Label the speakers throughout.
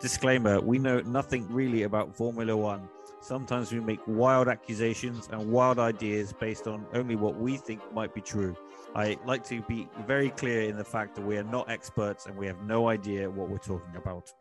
Speaker 1: Disclaimer We know nothing really about Formula One. Sometimes we make wild accusations and wild ideas based on only what we think might be true. I like to be very clear in the fact that we are not experts and we have no idea what we're talking about.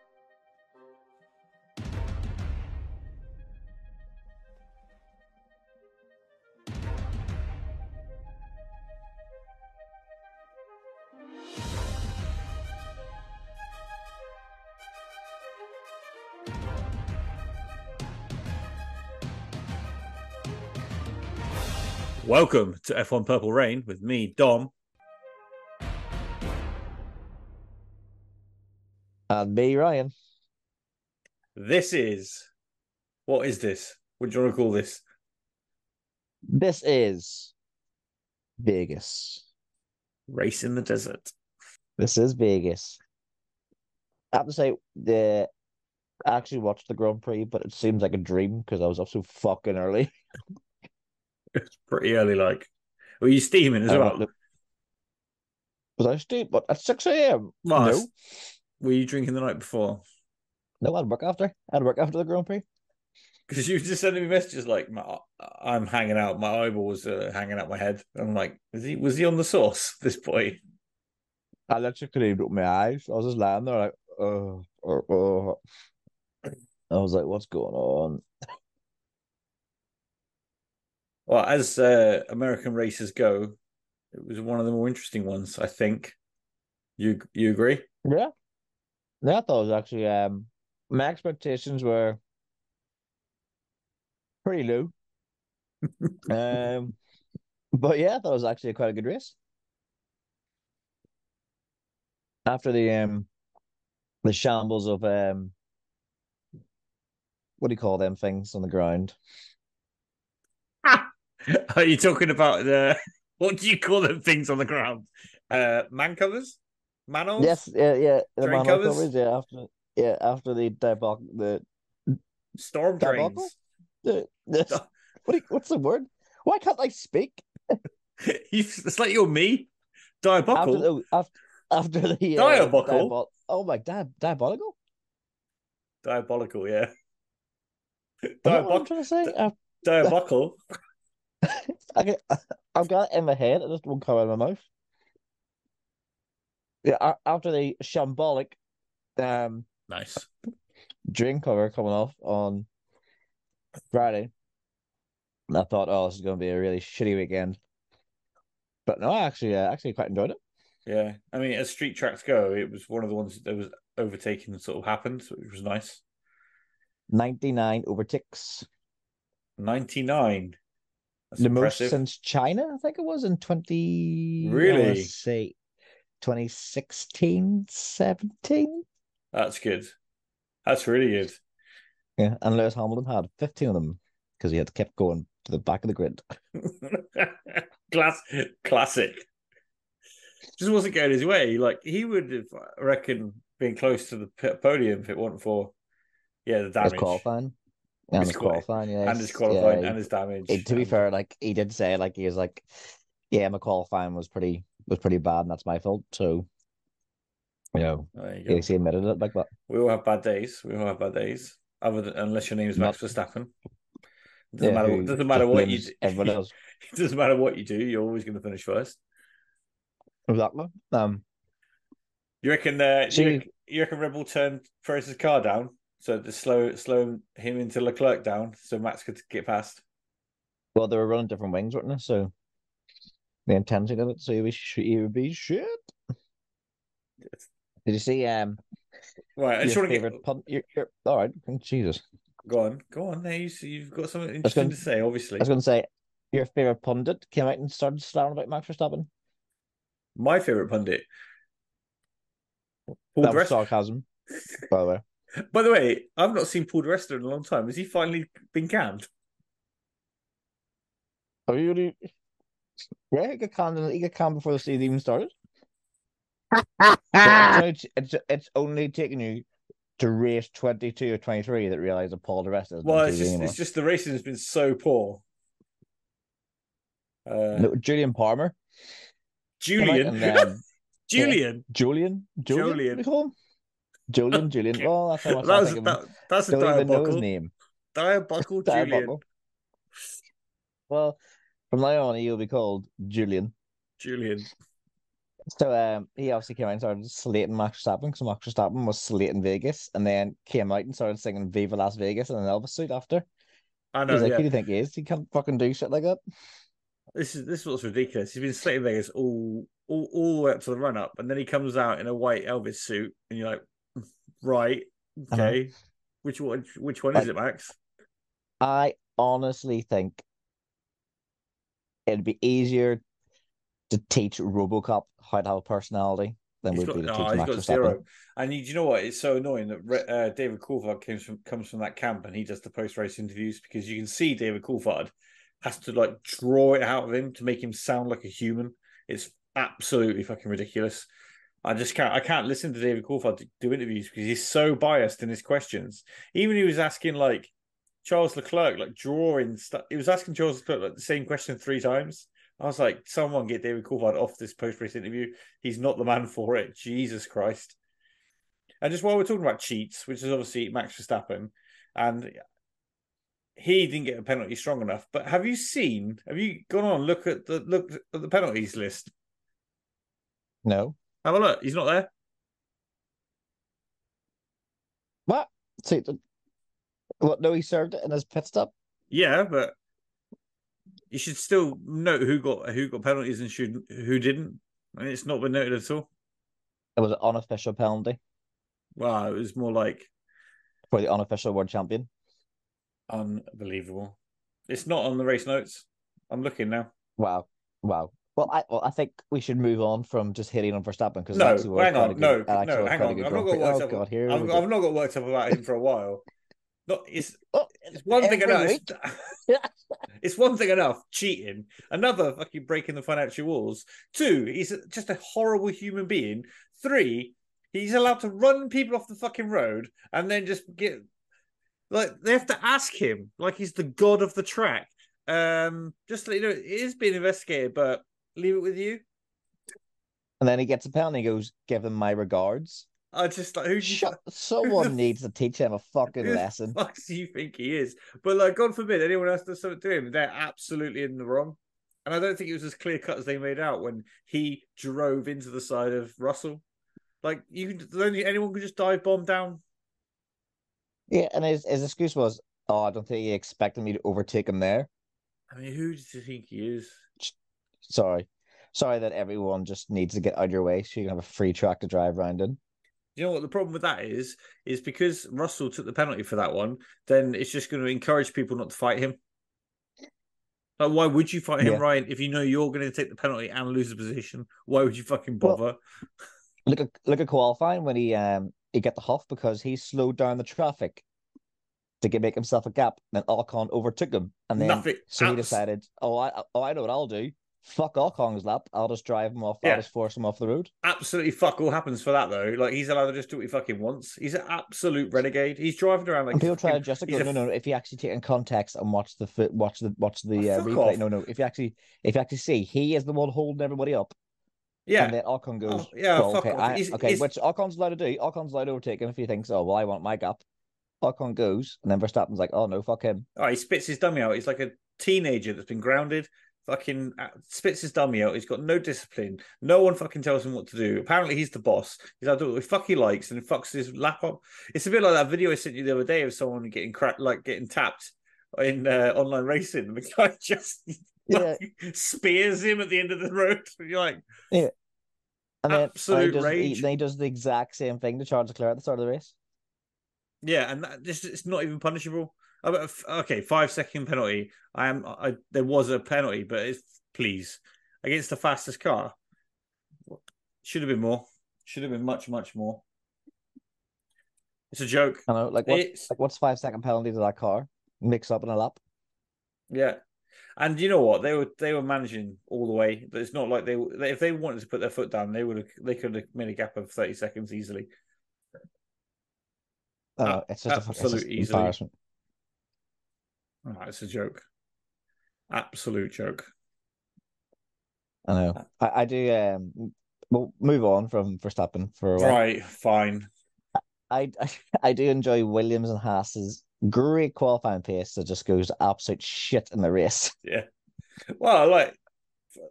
Speaker 1: Welcome to F1 Purple Rain with me, Dom.
Speaker 2: And me, Ryan.
Speaker 1: This is what is this? What do you want to call this?
Speaker 2: This is Vegas.
Speaker 1: Race in the desert.
Speaker 2: This is Vegas. I have to say, the I actually watched the Grand Prix, but it seems like a dream because I was up so fucking early.
Speaker 1: It's pretty early, like. Were you steaming as
Speaker 2: I
Speaker 1: well?
Speaker 2: went- was I stupid? But at six a.m.
Speaker 1: Mars,
Speaker 2: No,
Speaker 1: Were you drinking the night before?
Speaker 2: no, I'd work after. I'd work after the Grand Prix.
Speaker 1: Because you were just sending me messages like, my, "I'm hanging out. My eyeball was uh, hanging out my head." I'm like, "Is he? Was he on the sauce? This boy?"
Speaker 2: I literally couldn't even open my eyes. I was just lying there, like, oh, oh, oh. I was like, what's going on?
Speaker 1: Well, as uh, American races go, it was one of the more interesting ones, I think. You you agree?
Speaker 2: Yeah. Yeah, I thought it was actually um my expectations were pretty low. um but yeah, I thought it was actually quite a good race. After the um the shambles of um what do you call them things on the ground?
Speaker 1: Are you talking about the what do you call them things on the ground? Uh, man covers, manholes.
Speaker 2: Yes, yeah, yeah, the
Speaker 1: Drain
Speaker 2: manhole
Speaker 1: covers?
Speaker 2: covers, yeah, after yeah, after the debacle the,
Speaker 1: storm
Speaker 2: Debacle?
Speaker 1: drains.
Speaker 2: the, the what do you, what's the word? Why can't I speak?
Speaker 1: you, it's like you're me,
Speaker 2: after
Speaker 1: diabolical.
Speaker 2: the after, after the uh,
Speaker 1: Diabolical.
Speaker 2: diabol- oh my god, diabolical.
Speaker 1: diabolical, yeah.
Speaker 2: Is that what I'm
Speaker 1: Diabol-
Speaker 2: trying to say.
Speaker 1: di-
Speaker 2: I've,
Speaker 1: diabolical.
Speaker 2: I get, I've got it in my head. It just won't come out of my mouth. Yeah, a- after the shambolic um
Speaker 1: Nice.
Speaker 2: drain cover coming off on Friday, and I thought, oh, this is going to be a really shitty weekend. But no, I actually, uh, actually quite enjoyed it.
Speaker 1: Yeah. I mean, as street tracks go, it was one of the ones that was overtaking that sort of happened, which was nice.
Speaker 2: Ninety nine overtakes,
Speaker 1: 99. That's
Speaker 2: the
Speaker 1: impressive.
Speaker 2: most since China, I think it was in twenty. I wanna
Speaker 1: Really?
Speaker 2: say 2016, 17.
Speaker 1: That's good. That's really good.
Speaker 2: Yeah, and Lewis Hamilton had 15 of them because he had kept going to the back of the grid.
Speaker 1: Class, classic. Just wasn't going his way. Like he would have, I reckon, been close to the p- podium if it wasn't for, yeah, the
Speaker 2: His
Speaker 1: damage
Speaker 2: qualifying. And
Speaker 1: His
Speaker 2: his
Speaker 1: quali-
Speaker 2: qualifying, yeah.
Speaker 1: and
Speaker 2: he's-
Speaker 1: his qualifying
Speaker 2: yeah,
Speaker 1: and his damage.
Speaker 2: he- to be
Speaker 1: and-
Speaker 2: fair, like he did say, like he was like, Yeah, my qualifying was pretty was pretty bad and that's my fault. So you know,
Speaker 1: there you
Speaker 2: yeah.
Speaker 1: go.
Speaker 2: he admitted it like that.
Speaker 1: We all have bad days. We all have bad days. Other than unless your name is Max Verstappen, doesn't
Speaker 2: Yeah,
Speaker 1: matter.
Speaker 2: who
Speaker 1: What, doesn't matter
Speaker 2: just
Speaker 1: what you.
Speaker 2: blames
Speaker 1: do-
Speaker 2: everyone else.
Speaker 1: doesn't matter what you do. You're always going to finish first.
Speaker 2: Exactly. Um
Speaker 1: You reckon? Uh,
Speaker 2: So
Speaker 1: you,
Speaker 2: you-
Speaker 1: reckon- you reckon Rebel turned Perez's car down so to slow slow him into Leclerc down so Max could get past.
Speaker 2: well they were running different wings, weren't they? So the intensity of it, so he was sh- he would be shit. Did you see um
Speaker 1: Right. I just
Speaker 2: your
Speaker 1: want to get
Speaker 2: favorite pun. Your, your, all right, Jesus.
Speaker 1: go on. Go on. There you see. You've got something
Speaker 2: was
Speaker 1: interesting
Speaker 2: gonna-
Speaker 1: to say. Obviously,
Speaker 2: I was going to say your favorite pundit came out and started slandering about Max Verstappen.
Speaker 1: my favorite pundit. Paul
Speaker 2: that was
Speaker 1: Dress-
Speaker 2: sarcasm, by the way.
Speaker 1: By the way, I've not seen Paul Dressler in a long time. Has he finally been canned?
Speaker 2: Are you? Really... Yeah, he got canned. He got canned before the season even started. So
Speaker 1: Ah.
Speaker 2: it's, only, it's it's only taken you to race twenty two or twenty three that realize that Paul DeResta is
Speaker 1: Well,
Speaker 2: well,
Speaker 1: it's just, it's just the racing has been so poor. Uh,
Speaker 2: no, Julian Palmer, came out
Speaker 1: Julian,
Speaker 2: and, um,
Speaker 1: Julian,
Speaker 2: Julian, Julian,
Speaker 1: Julian.
Speaker 2: Julian, we call him? Julian, Julian. Well, that's how much
Speaker 1: that
Speaker 2: I
Speaker 1: was,
Speaker 2: think of him.
Speaker 1: that, that's a
Speaker 2: Don't even know his
Speaker 1: diabolical.
Speaker 2: name.
Speaker 1: Diabolical Julian.
Speaker 2: Diabolical. Well, from now on, he'll be called Julian.
Speaker 1: Julian.
Speaker 2: So um, he obviously came out and started slating Max Verstappen because Max Verstappen was slating Vegas, and then came out and started singing "Viva Las Vegas" in an Elvis suit after.
Speaker 1: I know,
Speaker 2: He's like,
Speaker 1: yeah.
Speaker 2: "Who do you think he is? He can't fucking do shit like that."
Speaker 1: This is this is what's ridiculous. He's been sitting there it's all all all the way up to the run up, and then he comes out in a white Elvis suit, and you're like, "Mm, right, okay, which one which one is
Speaker 2: Uh-huh. Like-
Speaker 1: it, Max?
Speaker 2: I honestly think it'd be easier to teach RoboCop how to have a personality than
Speaker 1: He's
Speaker 2: would
Speaker 1: got,
Speaker 2: be to
Speaker 1: oh,
Speaker 2: teach
Speaker 1: he's
Speaker 2: Max
Speaker 1: got
Speaker 2: Verstappen.
Speaker 1: zero. And you, do you know what? It's so annoying that Re- uh, David Coulthard comes from comes from that camp, and he does the post race interviews because you can see David Coulthard has to like draw it out of him to make him sound like a human. It's absolutely fucking ridiculous. I just can't. I can't listen to David Coulthard d- do interviews because he's so biased in his questions. Even he was asking like Charles Leclerc, like drawing stuff. He was asking Charles Leclerc like, the same question three times. I was like, someone get David Coulthard off this post race interview he's not the man for it. Jesus Christ. And just while we're talking about cheats, which is obviously Max Verstappen, and he didn't get a penalty strong enough. But have you seen? Have you gone on look at the look at the penalties list?
Speaker 2: No,
Speaker 1: Have a look. He's not there.
Speaker 2: what? See, th- what? No, he served it in his pit stop.
Speaker 1: Yeah, but you should still note who got who got penalties and should who didn't. And it's not been noted at all.
Speaker 2: It was an unofficial penalty
Speaker 1: Wow, it was more like
Speaker 2: for the unofficial world champion.
Speaker 1: unbelievable. It's not on the race notes. I'm looking now.
Speaker 2: Wow, wow. Well, I well, I think we should move on from just hitting on Verstappen because
Speaker 1: No,
Speaker 2: actually was
Speaker 1: hang
Speaker 2: quite a
Speaker 1: on,
Speaker 2: good-
Speaker 1: no,
Speaker 2: an actual
Speaker 1: no, hang
Speaker 2: quite a
Speaker 1: on.
Speaker 2: good
Speaker 1: I've not
Speaker 2: Grand
Speaker 1: got
Speaker 2: Prix.
Speaker 1: worked
Speaker 2: Oh
Speaker 1: up-
Speaker 2: God, here
Speaker 1: I've,
Speaker 2: we
Speaker 1: I've
Speaker 2: go.
Speaker 1: not got worked up about him for a while. Not it's
Speaker 2: Oh,
Speaker 1: it's one thing
Speaker 2: every
Speaker 1: enough.
Speaker 2: week.
Speaker 1: It's one thing enough cheating. Another fucking breaking the financial rules. Two, he's just a horrible human being. Three, he's allowed to run people off the fucking road and then just get like they have to ask him like he's the god of the track. Um, just to let you know, it is being investigated, but leave it with you.
Speaker 2: And then he gets a penalty. He goes, "Give him my regards."
Speaker 1: I just like who do you
Speaker 2: Shut.
Speaker 1: who the
Speaker 2: Someone
Speaker 1: f-
Speaker 2: needs to teach him a fucking
Speaker 1: who the
Speaker 2: lesson.
Speaker 1: fuck do you think he is? But like, God forbid anyone else does something to him, they're absolutely in the wrong. And I don't think it was as clear cut as they made out when he drove into the side of Russell. Like you, could- only anyone could just dive bomb down.
Speaker 2: Yeah, and his, his excuse was, "Oh, I don't think he expected me to overtake him there."
Speaker 1: I mean, who do you think he is?
Speaker 2: Sorry, sorry that everyone just needs to get out of your way so you can have a free track to drive around in.
Speaker 1: You know what the problem with that is? Is because Russell took the penalty for that one, then it's just going to encourage people not to fight him. Like, why would you fight him,
Speaker 2: Yeah.
Speaker 1: Ryan, if you know you're going to take the penalty and lose the position? Why would you fucking
Speaker 2: Well,
Speaker 1: bother?
Speaker 2: Look at look at qualifying when he um he got the huff because he slowed down the traffic to get, make himself a gap. Then Alcon overtook him, and then
Speaker 1: Nothing.
Speaker 2: so he
Speaker 1: Abs-
Speaker 2: decided, "Oh, I oh I know what I'll do. Fuck Alcon's lap. I'll just drive him off.
Speaker 1: Yeah.
Speaker 2: I'll just force him off the road."
Speaker 1: absolutely fuck all happens for that though. Like he's allowed to just do what he fucking wants. He's an absolute renegade. He's driving around like
Speaker 2: and people try to
Speaker 1: fucking-
Speaker 2: justify.
Speaker 1: he's
Speaker 2: No,
Speaker 1: a-
Speaker 2: no, no. If you actually take in context and watch the foot, watch the watch the
Speaker 1: Oh,
Speaker 2: uh,
Speaker 1: fuck
Speaker 2: replay.
Speaker 1: off.
Speaker 2: No, no. If you actually, if you actually see, he is the one holding everybody up, and
Speaker 1: yeah.
Speaker 2: then Ocon goes,
Speaker 1: Oh, yeah,
Speaker 2: "Well,
Speaker 1: fuck
Speaker 2: okay,
Speaker 1: off.
Speaker 2: I,
Speaker 1: He's-
Speaker 2: okay."
Speaker 1: he's-
Speaker 2: Which Ocon's allowed to do. Ocon's allowed to overtake him if he thinks, "Oh, well, I want my gap." Ocon goes, and then Verstappen's like, "Oh no, fuck him."
Speaker 1: Oh, he spits his dummy out. He's like a teenager that's been grounded. Fucking uh, spits his dummy out. He's got no discipline. No one fucking tells him what to do. Apparently, he's the boss. He's like, do what the fuck he likes and fucks his lap up. It's a bit like that video I sent you the other day of someone getting cracked, like getting tapped in uh, online racing. And the guy just
Speaker 2: Yeah.
Speaker 1: like, spears him at the end of the road. You're like,
Speaker 2: And then, and he
Speaker 1: Absolute
Speaker 2: does,
Speaker 1: rage.
Speaker 2: He, then he does the exact same thing to Charles Leclerc at the start of the race.
Speaker 1: Yeah, and that just it's not even punishable. I mean, f- Okay, five second penalty. I am. I there was a penalty, but it's please against the fastest car. Should have been more. Should have been much, much more. It's a joke.
Speaker 2: I know, like what,
Speaker 1: It's-
Speaker 2: like what's five second penalty to that car? Mix up in a lap.
Speaker 1: Yeah, and you know what? They were they were managing all the way. But it's not like they were- if they wanted to put their foot down, they would have they could have made a gap of thirty seconds easily.
Speaker 2: I
Speaker 1: A-
Speaker 2: know, it's just a fuck- it's just
Speaker 1: absolute Uh, easily.
Speaker 2: embarrassment.
Speaker 1: Ah, it's a joke. Absolute joke.
Speaker 2: I know. Uh, I, I do. Um, we'll move on from Verstappen for a while.
Speaker 1: Right, fine.
Speaker 2: I, I I do enjoy Williams and Haas's great qualifying pace that just goes to absolute shit in the race.
Speaker 1: Well, like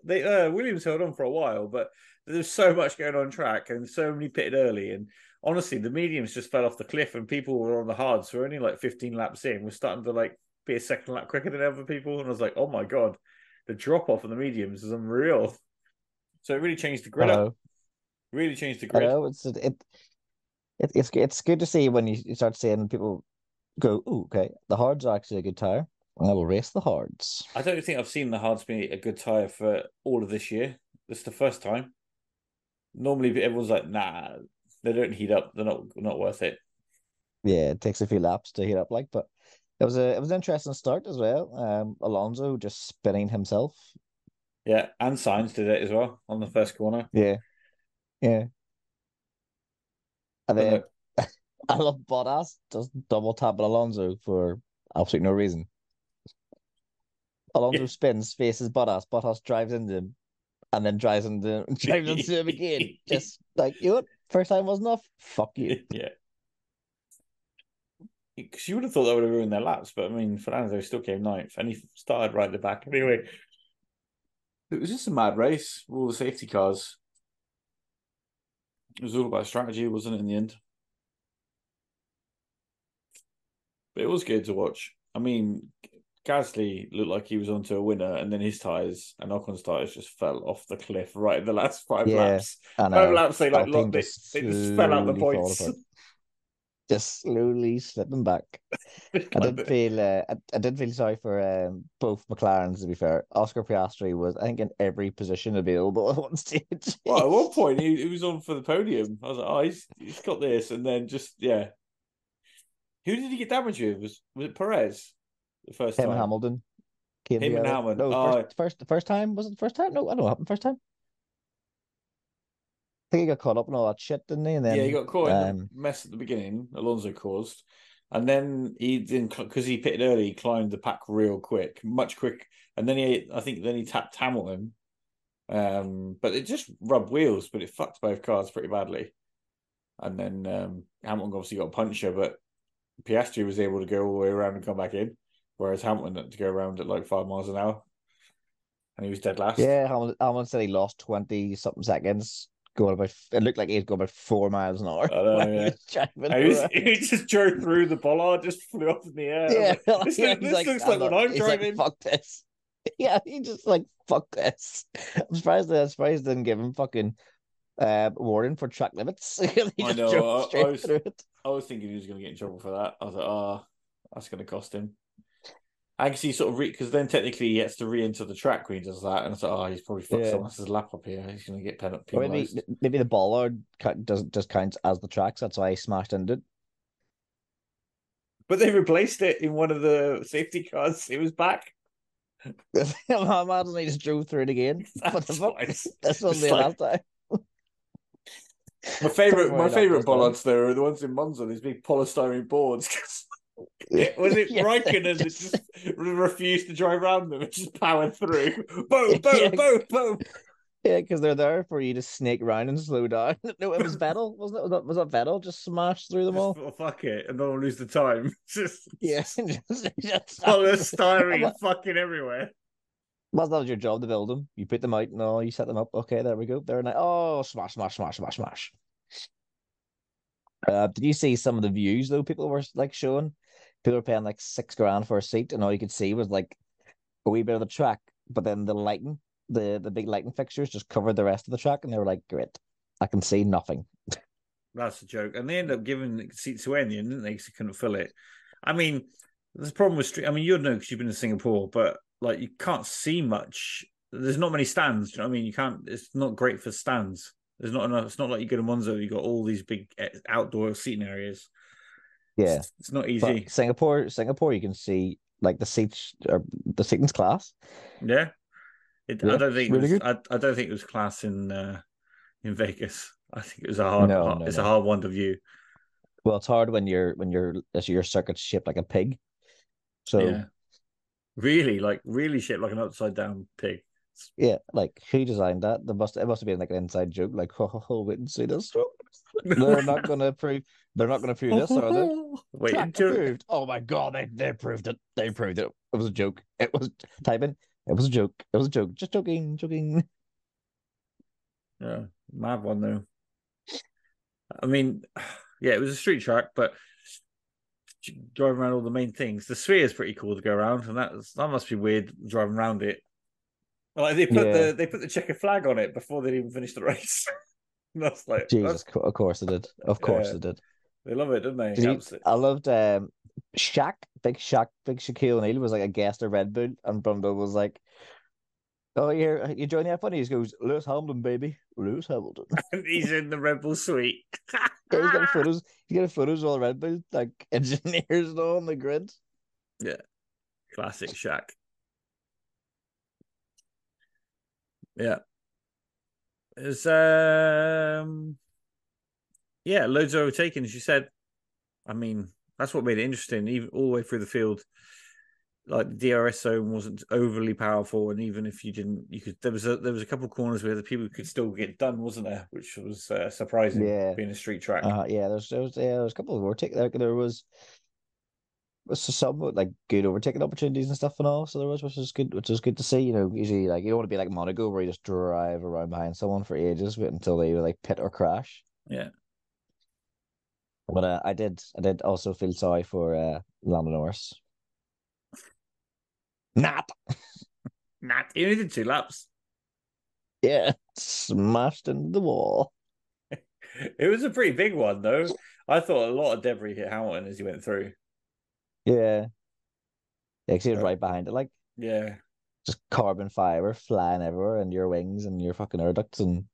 Speaker 1: they uh, Williams held on for a while, but there's so much going on track and so many pitted early. And honestly, the mediums just fell off the cliff, and people were on the hards. We're only like 15 laps in. We're starting to like be a second lap quicker than other people. And I was like, oh my god, the drop off in the mediums is unreal. So it really changed the grid up.
Speaker 2: Hello,
Speaker 1: Really changed the grid.
Speaker 2: hello. It's it, it, it it's it's good to see when you, you start seeing people go. Ooh, okay, the hards are actually a good tire, and I will race the hards.
Speaker 1: I don't think I've seen the hards be a good tire for all of this year. This is the first time. Normally, everyone's like, "Nah, they don't heat up. They're not not worth it."
Speaker 2: Yeah, it takes a few laps to heat up, like, but it was a it was an interesting start as well. Um, Alonso just spinning himself.
Speaker 1: Yeah, and signs did it as well on the first corner.
Speaker 2: Yeah, yeah. And then
Speaker 1: But
Speaker 2: I love Bottas just double tapping Alonso for absolutely no reason. Alonso
Speaker 1: Yeah.
Speaker 2: spins, faces Bottas, Bottas drives into him, and then drives into drives into him again. Just like you know, what? first time was enough. Fuck
Speaker 1: no-
Speaker 2: you.
Speaker 1: yeah, because you would have thought that would have ruined their laps, but I mean, Fernando still came ninth, and he started right at the back. Anyway, it was just a mad race. with All the safety cars. It was all about strategy, wasn't it? In the end, but it was good to watch. I mean, Gasly looked like he was onto a winner, and then his tires and Ocon's tires just fell off the cliff right at the last five
Speaker 2: Yeah.
Speaker 1: laps.
Speaker 2: And
Speaker 1: Five
Speaker 2: uh,
Speaker 1: laps, they like
Speaker 2: Alpine
Speaker 1: locked it.
Speaker 2: just
Speaker 1: They just fell out the
Speaker 2: slowly fall
Speaker 1: points.
Speaker 2: apart. just slowly slipping back. I
Speaker 1: Like
Speaker 2: did
Speaker 1: the-
Speaker 2: feel uh, I, I did feel sorry for um, both McLarens. To be fair, Oscar Piastri was I think in every position available at one stage.
Speaker 1: Well, at one point he, he was on for the podium. I was like, oh, he's, he's got this, and then just yeah. Who did he get damage with? Was was it Perez the first
Speaker 2: Him
Speaker 1: time?
Speaker 2: and Hamilton. Came
Speaker 1: Him and
Speaker 2: together.
Speaker 1: Hamilton.
Speaker 2: No,
Speaker 1: Oh.
Speaker 2: first, first, the first time was it the first time? No, I don't know. What happened first time. I think he got caught up in all that shit, didn't he? And then
Speaker 1: yeah, he got caught in
Speaker 2: um,
Speaker 1: the mess at the beginning. Alonso caused, and then he didn't because he pitted early. He climbed the pack real quick, much quick, and then he I think then he tapped Hamilton. Um, but it just rubbed wheels, but it fucked both cars pretty badly. And then um, Hamilton obviously got a puncture, but Piastri was able to go all the way around and come back in, whereas Hamilton had to go around at like five miles an hour, and he was dead last.
Speaker 2: yeah, Hamilton, Hamilton said he lost twenty something seconds. Going about, it looked like he was going about four miles an hour.
Speaker 1: I know, yeah.
Speaker 2: when he was driving
Speaker 1: And he, was-
Speaker 2: around.
Speaker 1: he just drove through the bollard, just flew up in the air. I was
Speaker 2: Yeah,
Speaker 1: like, this looks-
Speaker 2: like, yeah, he's
Speaker 1: this looks
Speaker 2: "I'm
Speaker 1: like when
Speaker 2: not-"
Speaker 1: I'm
Speaker 2: he's like,
Speaker 1: driving.
Speaker 2: Fuck this. Yeah, he just like fuck this. I'm surprised. They, I'm surprised they didn't give him fucking uh, warning for track limits. He just
Speaker 1: know,
Speaker 2: drove
Speaker 1: I- I
Speaker 2: straight
Speaker 1: was-
Speaker 2: through it.
Speaker 1: I was thinking he was going to get in trouble for that. I was like, ah, that's going to cost him. I can see sort of because then technically he gets to re-enter the track when he does that, and it's like, oh, he's probably fucked
Speaker 2: Yeah.
Speaker 1: someone else's lap up here. He's going to get pen-
Speaker 2: Or maybe
Speaker 1: penalized.
Speaker 2: maybe the bollard cut doesn't just counts as the tracks. That's why he smashed into it.
Speaker 1: But they replaced it in one of the safety cars. It was back.
Speaker 2: I imagine he just drove through it again. What the
Speaker 1: That's
Speaker 2: fuck?
Speaker 1: nice.
Speaker 2: This was
Speaker 1: It's
Speaker 2: the
Speaker 1: like-
Speaker 2: last time.
Speaker 1: My favorite,
Speaker 2: worry
Speaker 1: my
Speaker 2: about
Speaker 1: favorite
Speaker 2: those, though.
Speaker 1: bollards though are the ones in Monza. These big polystyrene boards. Was it
Speaker 2: Yeah,
Speaker 1: Raikkonen that
Speaker 2: just-
Speaker 1: just re- refused to drive around them and just powered through? Boom, boom,
Speaker 2: Yeah.
Speaker 1: boom, boom.
Speaker 2: Yeah, because they're there for you to snake round and slow down. No, it was Vettel, wasn't it? Was that, was that Vettel just smashed through them all?
Speaker 1: Just, "Oh, fuck it, and don't lose the time. Just
Speaker 2: Yeah, just, just
Speaker 1: polystyrene fucking everywhere.
Speaker 2: Well, that was your job to build them. You put them out and all, you set them up. Okay, there we go. There now. Oh, smash, smash, smash, smash, smash. Uh, did you see some of the views though? People were like showing. People were paying like six grand for a seat, and all you could see was like a wee bit of the track, but then the lighting, the the big lighting fixtures just covered the rest of the track, and they were like, "Great, I can see nothing."
Speaker 1: That's a joke. And they end up giving seats to Enyan, didn't they? Because they couldn't fill it. I mean, there's a problem with street. I mean, you'd know because you've been in Singapore, but like you can't see much. There's not many stands. Do you know what I mean? You can't. It's not great for stands. There's not enough. It's not like you go to Monza. You got all these big eh, outdoor seating areas.
Speaker 2: Yeah,
Speaker 1: it's, it's not
Speaker 2: but
Speaker 1: easy.
Speaker 2: Singapore, Singapore, you can see like the seats or the seating's class.
Speaker 1: Yeah, it, I
Speaker 2: Yeah,
Speaker 1: don't think.
Speaker 2: really
Speaker 1: it was,
Speaker 2: good.
Speaker 1: I, I don't think it was class in uh, in Vegas. I think it was a hard.
Speaker 2: No,
Speaker 1: hard-
Speaker 2: no,
Speaker 1: it's a
Speaker 2: no.
Speaker 1: hard one to view.
Speaker 2: Well, it's hard when you're when you're as your circuit's shaped like a pig. So
Speaker 1: yeah, really, like really shaped like an upside down pig.
Speaker 2: yeah, like who designed that? There must it must have been like an inside joke, like ho ho ho, wait and see this. They're not going to approve. They're not going to approve this, are they?
Speaker 1: Wait
Speaker 2: Track
Speaker 1: until
Speaker 2: approved. Oh my god, they, they approved it. They approved it. It was a joke. It was type in. It was a joke. It was a joke. Just joking, joking.
Speaker 1: Yeah, mad one though. I mean, yeah, it was a street track, but driving around all the main things. The sphere is pretty cool to go around, and that's that must be weird driving around it. Like they put
Speaker 2: Yeah.
Speaker 1: the they put the checker flag on it before they even finished the race. And that's like
Speaker 2: Jesus,
Speaker 1: that's-
Speaker 2: co- of course it did. Of course
Speaker 1: Yeah.
Speaker 2: it did.
Speaker 1: they love it, don't they?
Speaker 2: Did you-
Speaker 1: Absolute-
Speaker 2: I loved um, Shaq, big Shaq, big Shaquille O'Neal was like a guest at Red Bull, and Brundle was like, "Oh, you're you joining F1?" He just goes, "Lewis Hamilton, baby, Lewis Hamilton."
Speaker 1: And he's in the Red Bull suite.
Speaker 2: Yeah, he's
Speaker 1: Ah.
Speaker 2: got photos. He's got photos of all the Red Bull like engineers and all on the grid.
Speaker 1: Classic Shaq. Yeah. It's um yeah, loads of overtaking, as you said. I mean, that's what made it interesting, even all the way through the field. Like the DRS zone wasn't overly powerful, and even if you didn't, you could. There was a there was a couple corners where the people could still get done, wasn't there? Which was uh, surprising,
Speaker 2: Yeah.
Speaker 1: being a street track.
Speaker 2: Uh, yeah, there's there was yeah, there was a couple of overtake. There, there was was some like good overtaking opportunities and stuff and all. So there was, which was good, which was good to see. You know, usually like you don't want to be like Monaco where you just drive around behind someone for ages but until they like pit or crash.
Speaker 1: Yeah.
Speaker 2: But uh, I did, I did also feel sorry for uh, Lando Norris. Nat,
Speaker 1: Nah, he only did two laps.
Speaker 2: yeah, smashed into the wall.
Speaker 1: It was a pretty big one, though. I thought a lot of debris hit Hamilton as he went through.
Speaker 2: Yeah, yeah, 'cause he was
Speaker 1: Yeah.
Speaker 2: right behind it, like.
Speaker 1: Yeah,
Speaker 2: just carbon fiber flying everywhere and your wings and your fucking air ducts and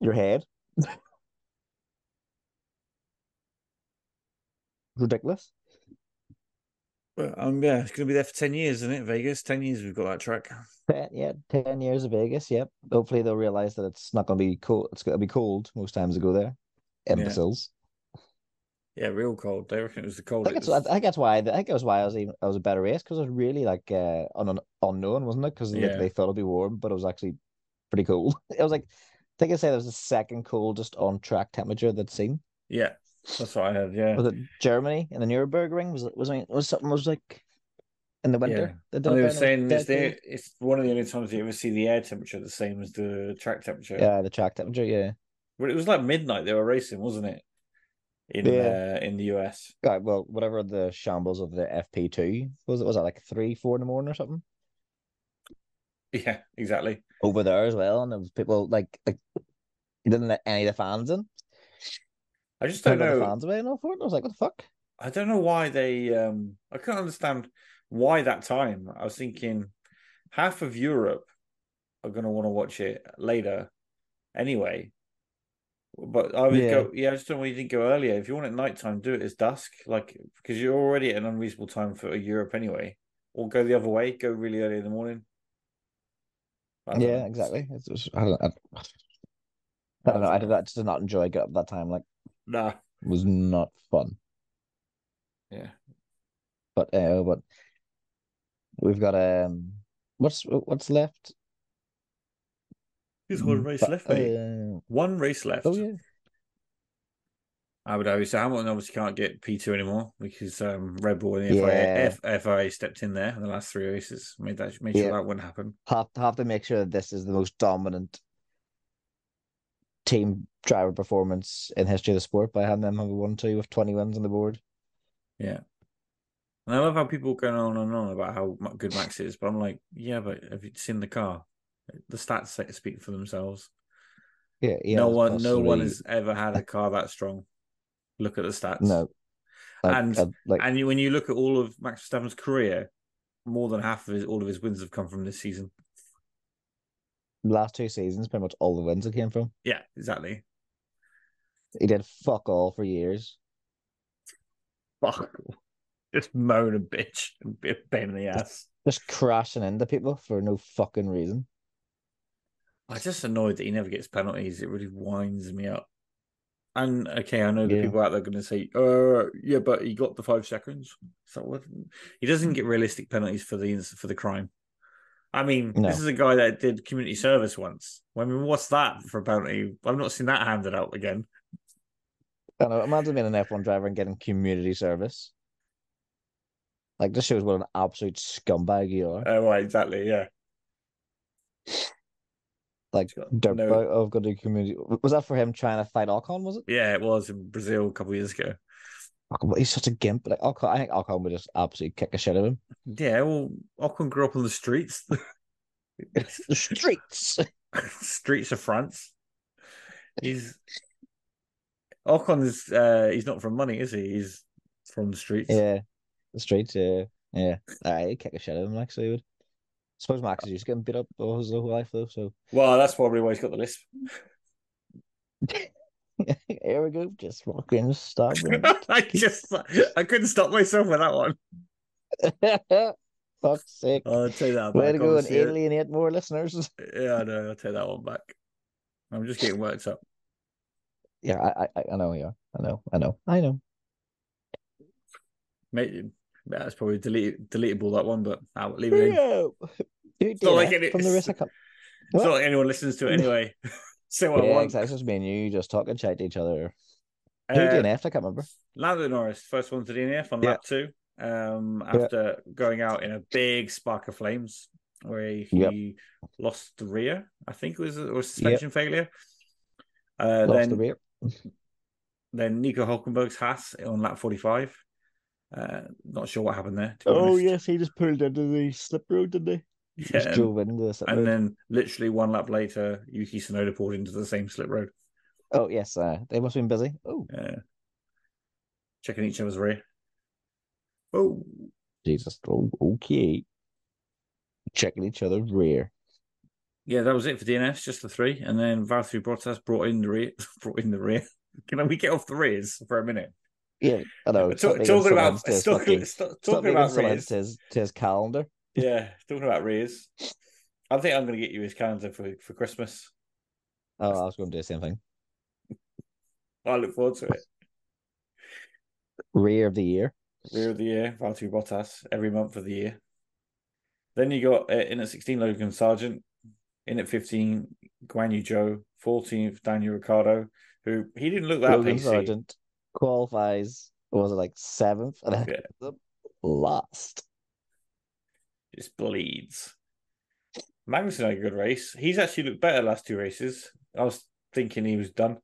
Speaker 2: your head. Ridiculous.
Speaker 1: Well, um, yeah, it's going to be there for 10 years, isn't it? Vegas, 10 years we've got that track.
Speaker 2: Ten, yeah, ten years of Vegas. Yep. Hopefully they'll realize that it's not going to be cold. It's going to be cold most times they go there. Imbeciles.
Speaker 1: Yeah, real cold. They reckon it was the
Speaker 2: I think
Speaker 1: coldest.
Speaker 2: that's. I think that's why. I think that was why I was even. I was a better race because it was really like uh, on an unknown, wasn't it? Because
Speaker 1: Yeah.
Speaker 2: like, they thought it'd be warm, but it was actually pretty cold. It was like. I think I said it was the second coldest on track temperature that would seen.
Speaker 1: Yeah, that's what I heard. Yeah.
Speaker 2: was it Germany in the Nuremberg Was it was it was something was like in the winter? that
Speaker 1: And
Speaker 2: did
Speaker 1: Oh, they
Speaker 2: it
Speaker 1: were
Speaker 2: down in
Speaker 1: saying it's,
Speaker 2: Deadpool?
Speaker 1: the, it's one of the only times you ever see the air temperature the same as the track temperature.
Speaker 2: yeah, the track temperature. Yeah,
Speaker 1: But it was like midnight they were racing, wasn't it? In
Speaker 2: Yeah.
Speaker 1: uh, in the US.
Speaker 2: God, well, whatever the shambles of the FP two was, it was that like three, four in the morning or something
Speaker 1: Yeah, exactly.
Speaker 2: over there as well, and there was people like like they didn't let any of the fans in.
Speaker 1: I just
Speaker 2: They
Speaker 1: don't
Speaker 2: got the
Speaker 1: know.
Speaker 2: fans away and all for it. and I was like, what the fuck?
Speaker 1: I don't know why they. Um, I couldn't understand why that time. I was thinking half of Europe are going to want to watch it later, anyway. But I would
Speaker 2: Yeah.
Speaker 1: go. Yeah, I just don't know why you didn't go earlier. If you want it nighttime, do it as dusk, like because you're already at an unreasonable time for Europe anyway. Or go the other way. Go really early in the morning. I don't
Speaker 2: Yeah,
Speaker 1: know.
Speaker 2: exactly. It's just, I don't. I, I don't know. I did not, just did not enjoy getting up that time. Like,
Speaker 1: Nah.
Speaker 2: it was not fun.
Speaker 1: Yeah.
Speaker 2: But uh, but we've got um, what's what's left?
Speaker 1: There's one race
Speaker 2: But,
Speaker 1: left, mate.
Speaker 2: uh,
Speaker 1: one race left.
Speaker 2: oh yeah,
Speaker 1: I would argue. So Hamilton obviously can't get P two anymore because um, Red Bull and the
Speaker 2: Yeah.
Speaker 1: FIA, F- FIA stepped in there in the last three races, made that made
Speaker 2: Yeah.
Speaker 1: sure that wouldn't happen.
Speaker 2: have to have to make sure that this is the most dominant team driver performance in history of the sport by having them have a one two with twenty wins on the board.
Speaker 1: And I love how people go on and on about how mu- good Max is, but I'm like, yeah, but have you seen the car? The stats say- speak for themselves.
Speaker 2: Yeah, yeah.
Speaker 1: no
Speaker 2: that's
Speaker 1: one, no one
Speaker 2: possibly-
Speaker 1: has ever had a car that strong. Look at the stats.
Speaker 2: no. Like,
Speaker 1: And-
Speaker 2: uh, like
Speaker 1: And you, when you look at all of Max Verstappen's career, more than half of his all of his wins have come from this season.
Speaker 2: last two seasons, pretty much all the wins it came from.
Speaker 1: Yeah, exactly.
Speaker 2: He did fuck all for years.
Speaker 1: Fuck. Just moan and bitch and be a pain in the ass.
Speaker 2: Just crashing into people for no fucking reason.
Speaker 1: I'm just annoyed that he never gets penalties. It really winds me up. And okay, I know the
Speaker 2: Yeah.
Speaker 1: people out there are going to say, "Uh, yeah, but he got the five seconds." So what? He doesn't get realistic penalties for the ins- for the crime. I mean,
Speaker 2: No.
Speaker 1: this is a guy that did community service once. I mean, what's that for a penalty? I've not seen that handed out again.
Speaker 2: I know. Imagine being an F1 driver and getting community service. Like this shows what an absolute scumbag you are.
Speaker 1: Oh, right, exactly. Yeah.
Speaker 2: Like
Speaker 1: Sure.
Speaker 2: dirtbag.
Speaker 1: No.
Speaker 2: Oh, I've got to do community. Was that for him trying to fight Alcon? Was it?
Speaker 1: Yeah, it was in Brazil a couple of years ago.
Speaker 2: Ocon- he's such a gimp. Like Alcon, I think Alcon would just absolutely kick a shit out of him.
Speaker 1: Yeah, well, Ocon grew up on the streets,
Speaker 2: The streets.
Speaker 1: streets of France. He's Ocon is uh, he's not from money, is he? He's from the streets.
Speaker 2: yeah, the streets. Yeah, yeah. Aye, he'd kick a shit out of him. Like so he would. suppose Max is just getting beat up all his whole life though. So
Speaker 1: Well, that's probably why he's got the lisp.
Speaker 2: here we go. Just fucking stop. him.
Speaker 1: I just I couldn't stop myself with that one.
Speaker 2: Fuck's sake.
Speaker 1: I'll take that
Speaker 2: Way
Speaker 1: Oh, back.
Speaker 2: to go and
Speaker 1: obviously.
Speaker 2: alienate more listeners.
Speaker 1: Yeah, I know. I'll take that one back. I'm just getting worked up.
Speaker 2: Yeah, I, I, I know. Yeah, I know. I know. I know.
Speaker 1: Mate, that's probably delete, deletable that one, but I'll leave it in. It's
Speaker 2: Who did
Speaker 1: not like
Speaker 2: that
Speaker 1: it
Speaker 2: from the
Speaker 1: is.
Speaker 2: rest of com- What?
Speaker 1: not like anyone listens to it anyway. Say what I
Speaker 2: yeah,
Speaker 1: want.
Speaker 2: exactly. It's just me and you just talking shit to each other.
Speaker 1: Uh,
Speaker 2: Who DNF'd? I can't remember.
Speaker 1: Lando Norris, first one to DNF on
Speaker 2: Yeah.
Speaker 1: lap two. Um, after going out in a big spark of flames, where he lost the rear, I think it was or suspension failure. Uh,
Speaker 2: Lost
Speaker 1: then
Speaker 2: the rear.
Speaker 1: then Nico Hulkenberg's Haas on lap 45. Uh, not sure what happened there. to be
Speaker 2: Oh
Speaker 1: honest.
Speaker 2: yes, he just pulled into the slip road, didn't he?
Speaker 1: Yeah,
Speaker 2: Just drove into the slip
Speaker 1: And
Speaker 2: road.
Speaker 1: then literally one lap later, Yuki Tsunoda pulled into the same slip road,
Speaker 2: Oh yes, uh, they must have been busy. Oh
Speaker 1: uh, checking each other's rear. Oh,
Speaker 2: Jesus. Oh, okay. Checking each other's rear.
Speaker 1: yeah, that was it for DNS, just the three. And then Valtteri Bottas brought in the rear. brought in the rear. Can we get off the rears for a minute?
Speaker 2: Yeah, I know.
Speaker 1: Talk-
Speaker 2: Oh, stop making
Speaker 1: talking
Speaker 2: someone
Speaker 1: about
Speaker 2: to his
Speaker 1: talking-
Speaker 2: fucking-
Speaker 1: stop-
Speaker 2: stop
Speaker 1: talking
Speaker 2: making
Speaker 1: about
Speaker 2: someone
Speaker 1: rears.
Speaker 2: to his, to his calendar.
Speaker 1: Yeah, talking about rears. I think I'm going to get you his calendar for, for Christmas.
Speaker 2: Oh, I was going to do the same thing.
Speaker 1: I look forward to it.
Speaker 2: Rear of the year.
Speaker 1: Rear of the year, Valtteri Bottas, every month of the year. Then you got uh, in at 16, Logan Sargent. In at 15, Guan Yu Zhou. 14th, Daniel Ricciardo, who he didn't look that
Speaker 2: Logan
Speaker 1: pacey.
Speaker 2: Sargent qualifies. what Was it like seventh and then last?
Speaker 1: Just bleeds. Magnussen had a good race. He's actually looked better last two races. I was thinking he was done.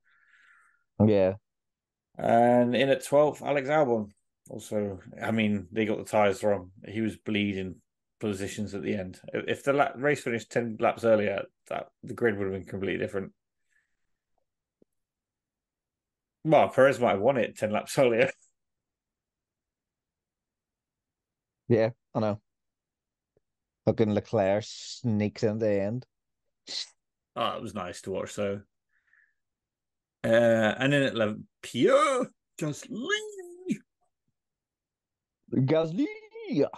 Speaker 2: Yeah,
Speaker 1: And in at 12th, Alex Albon. Also, I mean, they got the tyres wrong. He was bleeding positions at the end. If if the la- race finished 10 laps earlier, that the grid would have been completely different. Well, Perez might have won it 10 laps earlier.
Speaker 2: yeah, I know. Fucking Leclerc sneaks in the end.
Speaker 1: Oh, it was nice to watch, though. Uh, and then at 11, Pierre Gasly.
Speaker 2: Gasly. Uh,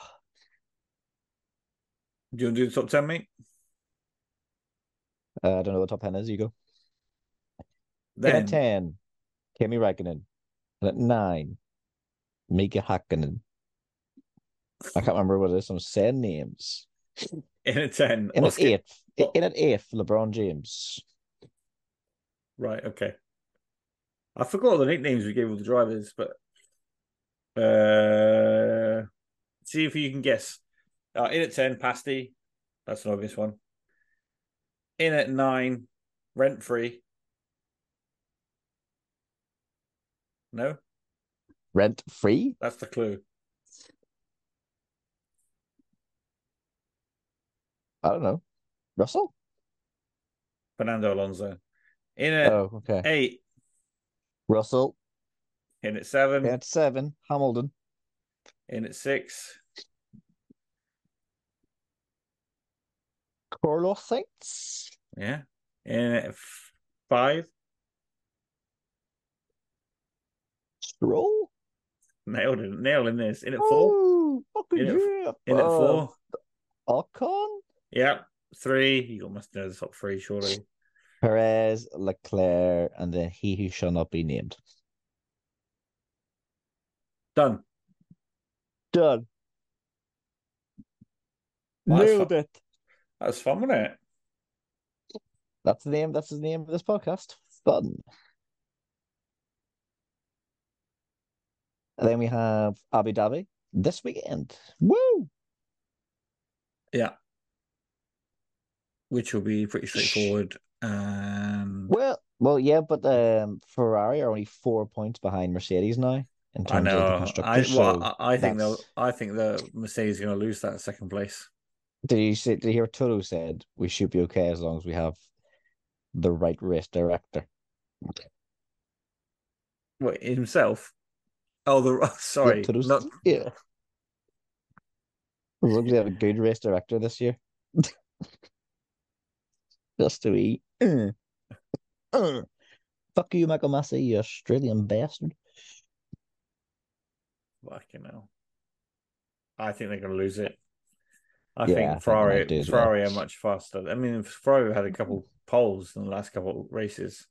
Speaker 1: Do you want to do the top 10, mate?
Speaker 2: Uh, I don't know what top ten is. You go. Then
Speaker 1: Then,
Speaker 2: at ten, Kimi Räikkönen. And at nine, Mika Hakkinen. I can't remember what it is. I'm saying names.
Speaker 1: in at 10,
Speaker 2: In at
Speaker 1: Oscar-
Speaker 2: eighth,
Speaker 1: Well-
Speaker 2: in at eighth, LeBron James.
Speaker 1: Right. Okay. I forgot the nicknames we gave all the drivers, but uh, see if you can guess. Uh, in at ten, Pasty. That's an obvious one. In at nine, rent free. No,
Speaker 2: Rent free.
Speaker 1: that's the clue.
Speaker 2: I don't know. Russell.
Speaker 1: Fernando Alonso. In at
Speaker 2: Oh, okay.
Speaker 1: eight.
Speaker 2: Russell.
Speaker 1: In at seven.
Speaker 2: At seven, Hamilton.
Speaker 1: In at six.
Speaker 2: Carlos Sainz.
Speaker 1: Yeah. In at f- five.
Speaker 2: Stroll.
Speaker 1: Nailed it. Nailing this. In at four.
Speaker 2: Oh, fucking
Speaker 1: In at f-
Speaker 2: yeah.
Speaker 1: In at
Speaker 2: Uh,
Speaker 1: four.
Speaker 2: Ocon.
Speaker 1: Yep. Three. You must know the top three, surely.
Speaker 2: Perez, Leclerc, and then he who shall not be named.
Speaker 1: Done.
Speaker 2: Done.
Speaker 1: Well, that's
Speaker 2: Nailed
Speaker 1: fu-
Speaker 2: it.
Speaker 1: That was fun, wasn't it?
Speaker 2: That's the name. That's the name of this podcast. Fun. And then we have Abu Dhabi this weekend. Woo!
Speaker 1: which will be pretty straightforward. Um, And
Speaker 2: Well, well, yeah, but um, Ferrari are only four points behind Mercedes now in
Speaker 1: I
Speaker 2: terms of the
Speaker 1: know. I,
Speaker 2: constructors.
Speaker 1: well,
Speaker 2: so
Speaker 1: I, I think they'll.
Speaker 2: that's-
Speaker 1: I think the Mercedes is going to lose that second place.
Speaker 2: Did you see? Did you hear what Toto said? We should be okay as long as we have the right race director.
Speaker 1: Wait, himself? Oh, the
Speaker 2: Yeah,
Speaker 1: sorry,
Speaker 2: Toto said-
Speaker 1: not
Speaker 2: yeah. As long as we have a good race director this year, just to be. "Uh, uh, Fuck you, Michael Massey, you Australian bastard.
Speaker 1: fucking hell. I think they're going to lose it. I
Speaker 2: Yeah, I
Speaker 1: think
Speaker 2: think
Speaker 1: Ferrari,
Speaker 2: they do as well.
Speaker 1: Ferrari are much faster. I mean, Ferrari had a couple poles in the last couple of races.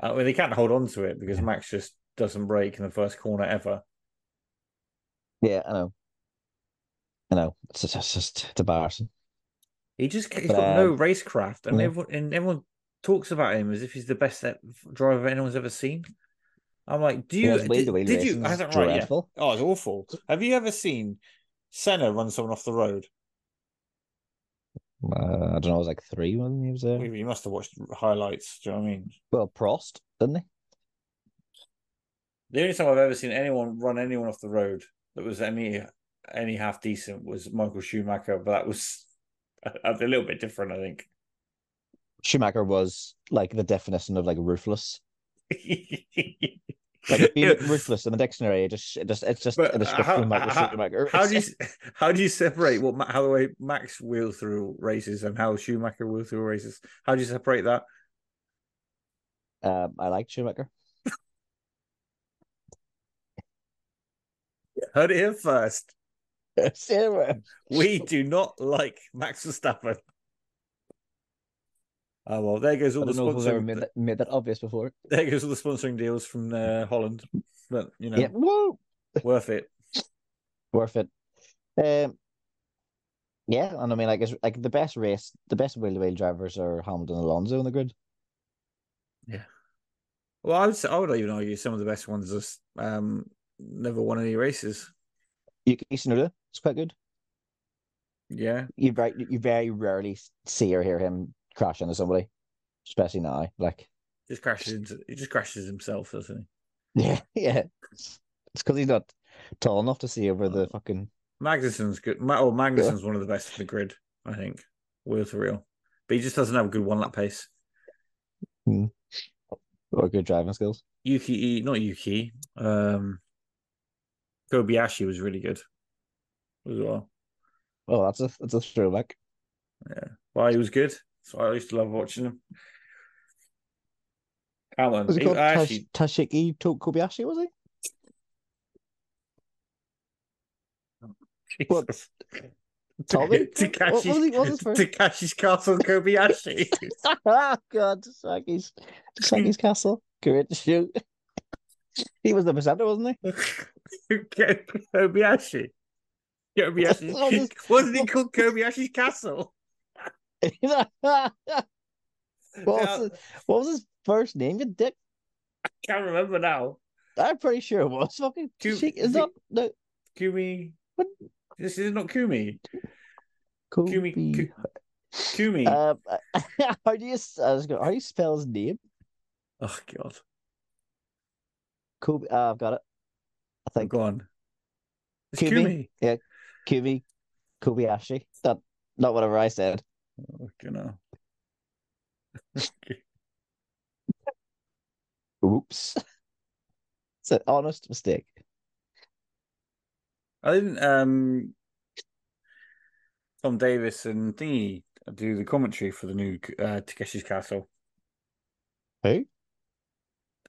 Speaker 1: I mean, they can't hold on to it because Max just doesn't break in the first corner ever.
Speaker 2: Yeah, I know. I know. It's just, it's just it's embarrassing.
Speaker 1: He just he's
Speaker 2: But,
Speaker 1: got no
Speaker 2: um,
Speaker 1: racecraft, and
Speaker 2: yeah.
Speaker 1: everyone and everyone talks about him as if he's the best that- driver anyone's ever seen. I'm like, do you
Speaker 2: Because wheel
Speaker 1: did,
Speaker 2: to wheel
Speaker 1: did you?
Speaker 2: racing
Speaker 1: I
Speaker 2: is
Speaker 1: haven't right, yeah.
Speaker 2: dreadful.
Speaker 1: Oh, it's awful. Have you ever seen Senna run someone off the road?
Speaker 2: Uh, I don't know. It was like three when he was there.
Speaker 1: You you must have watched highlights. Do you know what I mean?
Speaker 2: Well, Prost, didn't he?
Speaker 1: The only time I've ever seen anyone run anyone off the road that was any any half decent was Michael Schumacher, but that was a, a little bit different, I think.
Speaker 2: Schumacher was like the definition of like ruthless.
Speaker 1: Yeah.
Speaker 2: Like being ruthless in the dictionary, it just it just it's just
Speaker 1: But
Speaker 2: a description of Michael
Speaker 1: how-
Speaker 2: Schumacher.
Speaker 1: How do you how do you separate what Ma- how the way Max wheeled through races and how Schumacher wheeled through races? How do you separate that?
Speaker 2: Um, I like Schumacher.
Speaker 1: Heard it here first.
Speaker 2: Sarah.
Speaker 1: We do not like Max Verstappen. Oh well, there goes
Speaker 2: I
Speaker 1: all the
Speaker 2: don't know if we've ever made
Speaker 1: sponsoring.
Speaker 2: that, made that obvious before.
Speaker 1: There goes all the sponsoring deals from uh, Holland, but you know,
Speaker 2: Yeah, woo,
Speaker 1: worth it.
Speaker 2: worth it. Um, yeah, and I mean, like, it's, like the best race, the best wheel to wheel drivers are Hamilton and Alonso on the grid.
Speaker 1: Well, I would say, I would even argue some of the best ones just um, never won any races.
Speaker 2: Yuki Tsunoda, it's quite good.
Speaker 1: Yeah,
Speaker 2: You very you very rarely see or hear him crash into somebody, especially now. Like,
Speaker 1: just crashes into he just crashes himself, doesn't he?
Speaker 2: yeah, yeah, it's because he's not tall enough to see over the fucking
Speaker 1: Magnuson's good. Ma- oh, Magnuson's one of the best in the grid, I think, wheel to reel. But he just doesn't have a good one lap pace.
Speaker 2: or good driving skills.
Speaker 1: Yuki, not Yuki. Um, Kobayashi was really good as well.
Speaker 2: Oh, that's a that's a throwback.
Speaker 1: Well, he was good. So I used to love watching him. Alan,
Speaker 2: Was he
Speaker 1: he-
Speaker 2: called
Speaker 1: I
Speaker 2: Tash-
Speaker 1: actually,
Speaker 2: Tashiki To- Kobayashi? Was he? what?
Speaker 1: Jesus.
Speaker 2: Tommy? What- what was
Speaker 1: Takashi,
Speaker 2: he- what was his first-
Speaker 1: Takashi's Castle Kobayashi.
Speaker 2: Ah, God, Saki's Saki's castle. Great shoot. He was the presenter, wasn't he?
Speaker 1: Kobayashi.
Speaker 2: What
Speaker 1: Kobayashi.
Speaker 2: is-
Speaker 1: Wasn't he called Kobayashi's Castle?
Speaker 2: what, was
Speaker 1: Now-
Speaker 2: his, what was his first name? You dick.
Speaker 1: Can't remember now.
Speaker 2: I'm pretty sure it was fucking.
Speaker 1: Ku-
Speaker 2: Shake is
Speaker 1: Ku-
Speaker 2: up. No,
Speaker 1: Kumi.
Speaker 2: What?
Speaker 1: This is not Kumi. Kumi.
Speaker 2: Kobe.
Speaker 1: Ku- Kumi.
Speaker 2: Um, how do you? s- I was going. How do you spell his name?
Speaker 1: oh God.
Speaker 2: Kobe. Uh, I've got it. I think
Speaker 1: Go on. It's
Speaker 2: Kumi?
Speaker 1: Kumi.
Speaker 2: Kumi Kobayashi. That not whatever I said.
Speaker 1: Oh, you know.
Speaker 2: Oops. It's an honest mistake.
Speaker 1: I didn't. Um. Tom Davis and Thingy do the commentary for the new uh, Takeshi's Castle.
Speaker 2: Who?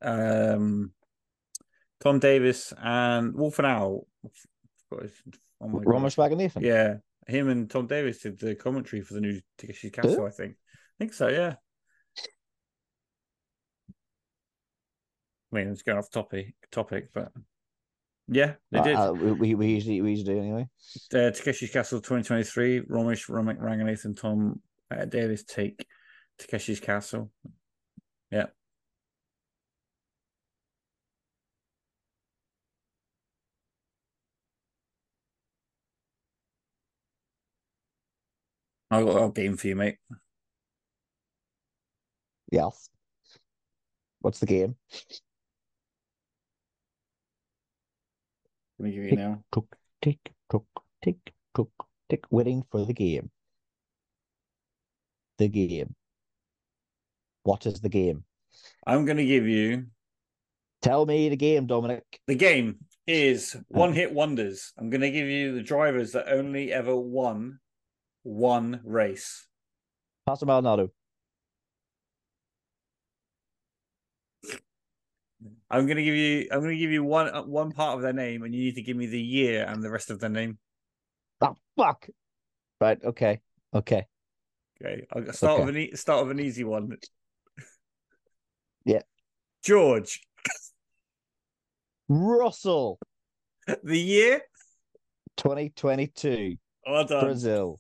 Speaker 1: Um. Tom Davis and Wolf and Owl. I forgot his- oh my God.
Speaker 2: Romer Spag and Nathan.
Speaker 1: Yeah, him and Tom Davis did the commentary for the new Takeshi's Castle, I think. I think so, yeah. I mean, it's going off topic, topic, but yeah, they
Speaker 2: Uh,
Speaker 1: did.
Speaker 2: uh, we, we, we usually we usually do anyway.
Speaker 1: Uh, Takeshi's Castle 2023, Romish, Romick, Ranganathan, and Tom uh, Davis take Takeshi's Castle. Yeah. I've got a game for you, mate.
Speaker 2: Yes. What's the game?
Speaker 1: Let me give you now.
Speaker 2: Took, tick, took, tick, took, tick. Waiting for the game. The game. What is the game?
Speaker 1: I'm going to give you
Speaker 2: Tell me the game, Dominic.
Speaker 1: the game is one hit wonders. I'm going to give you the drivers that only ever won one race.
Speaker 2: Pastor Maldonado.
Speaker 1: I'm going to give you. I'm going to give you one uh, one part of their name, and you need to give me the year and the rest of their name.
Speaker 2: Oh, fuck. Right. Okay. Okay.
Speaker 1: Okay, I'll start
Speaker 2: Okay.
Speaker 1: with an e- start with an easy one.
Speaker 2: Yeah.
Speaker 1: George,
Speaker 2: Russell,
Speaker 1: the year.
Speaker 2: 2022,
Speaker 1: Well done.
Speaker 2: Brazil.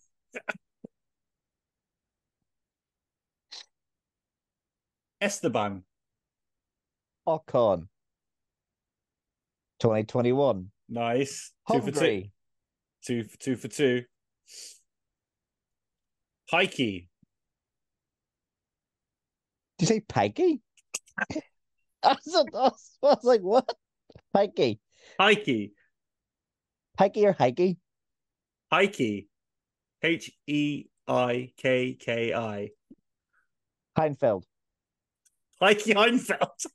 Speaker 1: Esteban,
Speaker 2: Ocon, 2021,
Speaker 1: nice. Two for two.
Speaker 2: Hungary.
Speaker 1: Two for two for two. Pikey,
Speaker 2: Did you say Pikey? I, was, I was- I was like, what? Pikey.
Speaker 1: Pikey,
Speaker 2: Pikey or Hikey?
Speaker 1: Pikey, H E I K K I,
Speaker 2: Heinfeld.
Speaker 1: Pikey Heinfeld.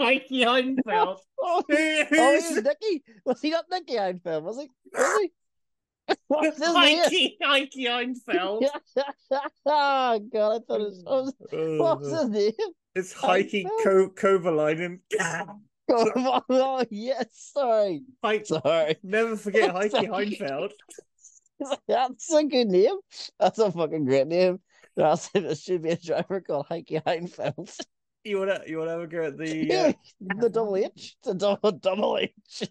Speaker 1: Pikey Heinfeld.
Speaker 2: Oh, oh he's Nicky. Was he not Nicky Heinfeld? Was he? Was he? What's his name?
Speaker 1: Pikey, Pikey Heinfeld.
Speaker 2: oh, God, I thought it was. What was, what was his name?
Speaker 1: Uh, It's Heike Ko- Kovalainen.
Speaker 2: Oh, oh, yes, sorry.
Speaker 1: Heike,
Speaker 2: Sorry.
Speaker 1: never forget Heike
Speaker 2: Sorry.
Speaker 1: Heinfeld.
Speaker 2: That's "Ah, a good name. That's a fucking great name. That's, there should be a driver called Heike Heinfeld.
Speaker 1: You wanna you wanna have a go at the uh,
Speaker 2: the double H. The double, double H.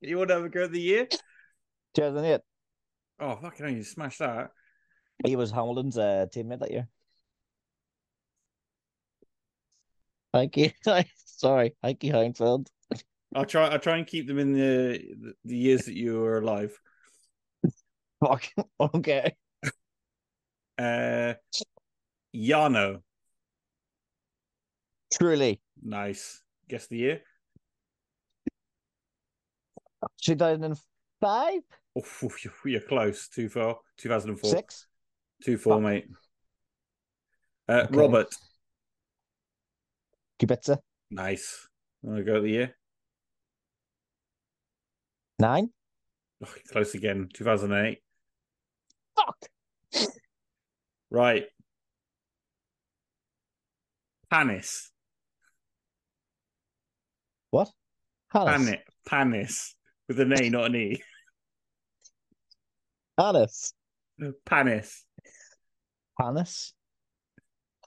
Speaker 1: you wanna have a go at the year?
Speaker 2: 2008.
Speaker 1: Oh fucking hell, you smashed that.
Speaker 2: He was Hamilton's uh, teammate that year. Heike. Sorry. Heike Heinfeld.
Speaker 1: I'll try I'll try and keep them in the the years that you were alive.
Speaker 2: Fuck. Okay.
Speaker 1: Uh Yano.
Speaker 2: Truly.
Speaker 1: Nice. Guess the year.
Speaker 2: 2005?
Speaker 1: Oh, you're, you're close. Too far. 2004.
Speaker 2: 6?
Speaker 1: Too far,
Speaker 2: Fuck.
Speaker 1: mate. Uh,
Speaker 2: Okay.
Speaker 1: Robert.
Speaker 2: Kubica?
Speaker 1: Nice. Wanna go at the year?
Speaker 2: 9?
Speaker 1: Oh, close again. 2008.
Speaker 2: Fuck.
Speaker 1: Right. Panis.
Speaker 2: Hannes.
Speaker 1: Panis. Panis. With an A, not an E.
Speaker 2: Hannes.
Speaker 1: Panis.
Speaker 2: Hannes.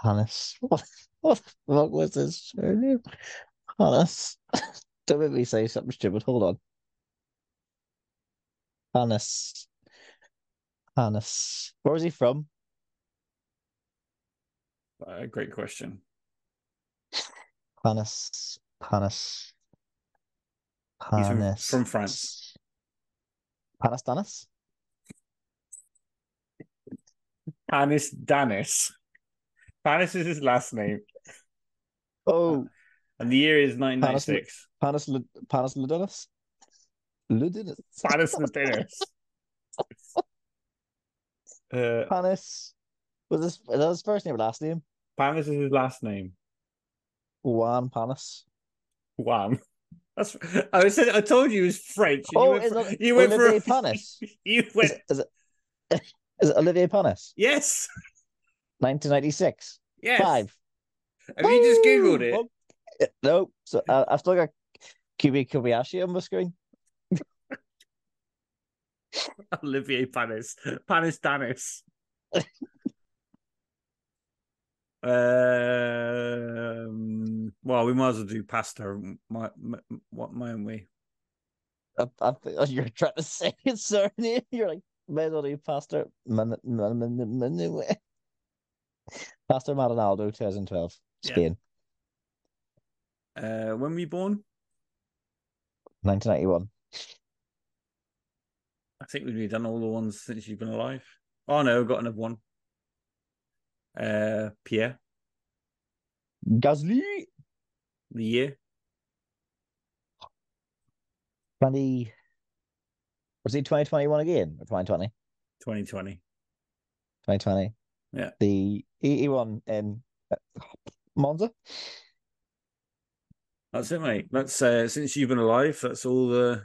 Speaker 2: Hannes. What, what the fuck was his surname? Hannes. Don't make me say something stupid. Hold on. Hannes. Hannes. Where was he from?
Speaker 1: Uh, great question.
Speaker 2: Hannes. Hannes.
Speaker 1: He's from-
Speaker 2: Hannes.
Speaker 1: from France.
Speaker 2: Hannes Danis?
Speaker 1: Panis Danis. Panis is his last name.
Speaker 2: Oh,
Speaker 1: And the year is 1996.
Speaker 2: Hannes, Lu- Hannes Ludonis? Ludonis.
Speaker 1: Panis Danis. Uh,
Speaker 2: Hannes. Was this, is that his first name or last name?
Speaker 1: Panis is his last name.
Speaker 2: Juan Panis.
Speaker 1: Wow. That's, I said I told you he was French. and you
Speaker 2: Oh,
Speaker 1: went
Speaker 2: it's
Speaker 1: for,
Speaker 2: not-
Speaker 1: you went for
Speaker 2: Olivier
Speaker 1: a-
Speaker 2: Panis.
Speaker 1: You
Speaker 2: Is,
Speaker 1: went,
Speaker 2: it- is it, is it Olivier Panis?
Speaker 1: yes,
Speaker 2: 1996.
Speaker 1: yes.
Speaker 2: Five.
Speaker 1: Have you just
Speaker 2: Woo!
Speaker 1: googled it?
Speaker 2: Oh, eh, no. So uh, I've still got QB Kobayashi on my screen.
Speaker 1: Olivier Panis, Panis Danis. um, well, we might as well do pasta. My, my, what mightn't we?
Speaker 2: I, I think oh, you're trying to say his surname. You're like, Melody Pastor Man- Man- Man- Man- Man- Man- Pastor Marinaldo, 2012,
Speaker 1: Yeah.
Speaker 2: Spain,
Speaker 1: Uh, when were you born?
Speaker 2: 1991.
Speaker 1: I think we've done all the ones since you've been alive. Oh no, I've got another one. Uh, Pierre,
Speaker 2: Gasly,
Speaker 1: the year.
Speaker 2: twenty. Was it twenty twenty one again or twenty twenty?
Speaker 1: 2020.
Speaker 2: 2020.
Speaker 1: Yeah.
Speaker 2: The he, he won in uh, Monza.
Speaker 1: That's it, mate. That's uh, since you've been alive. That's all the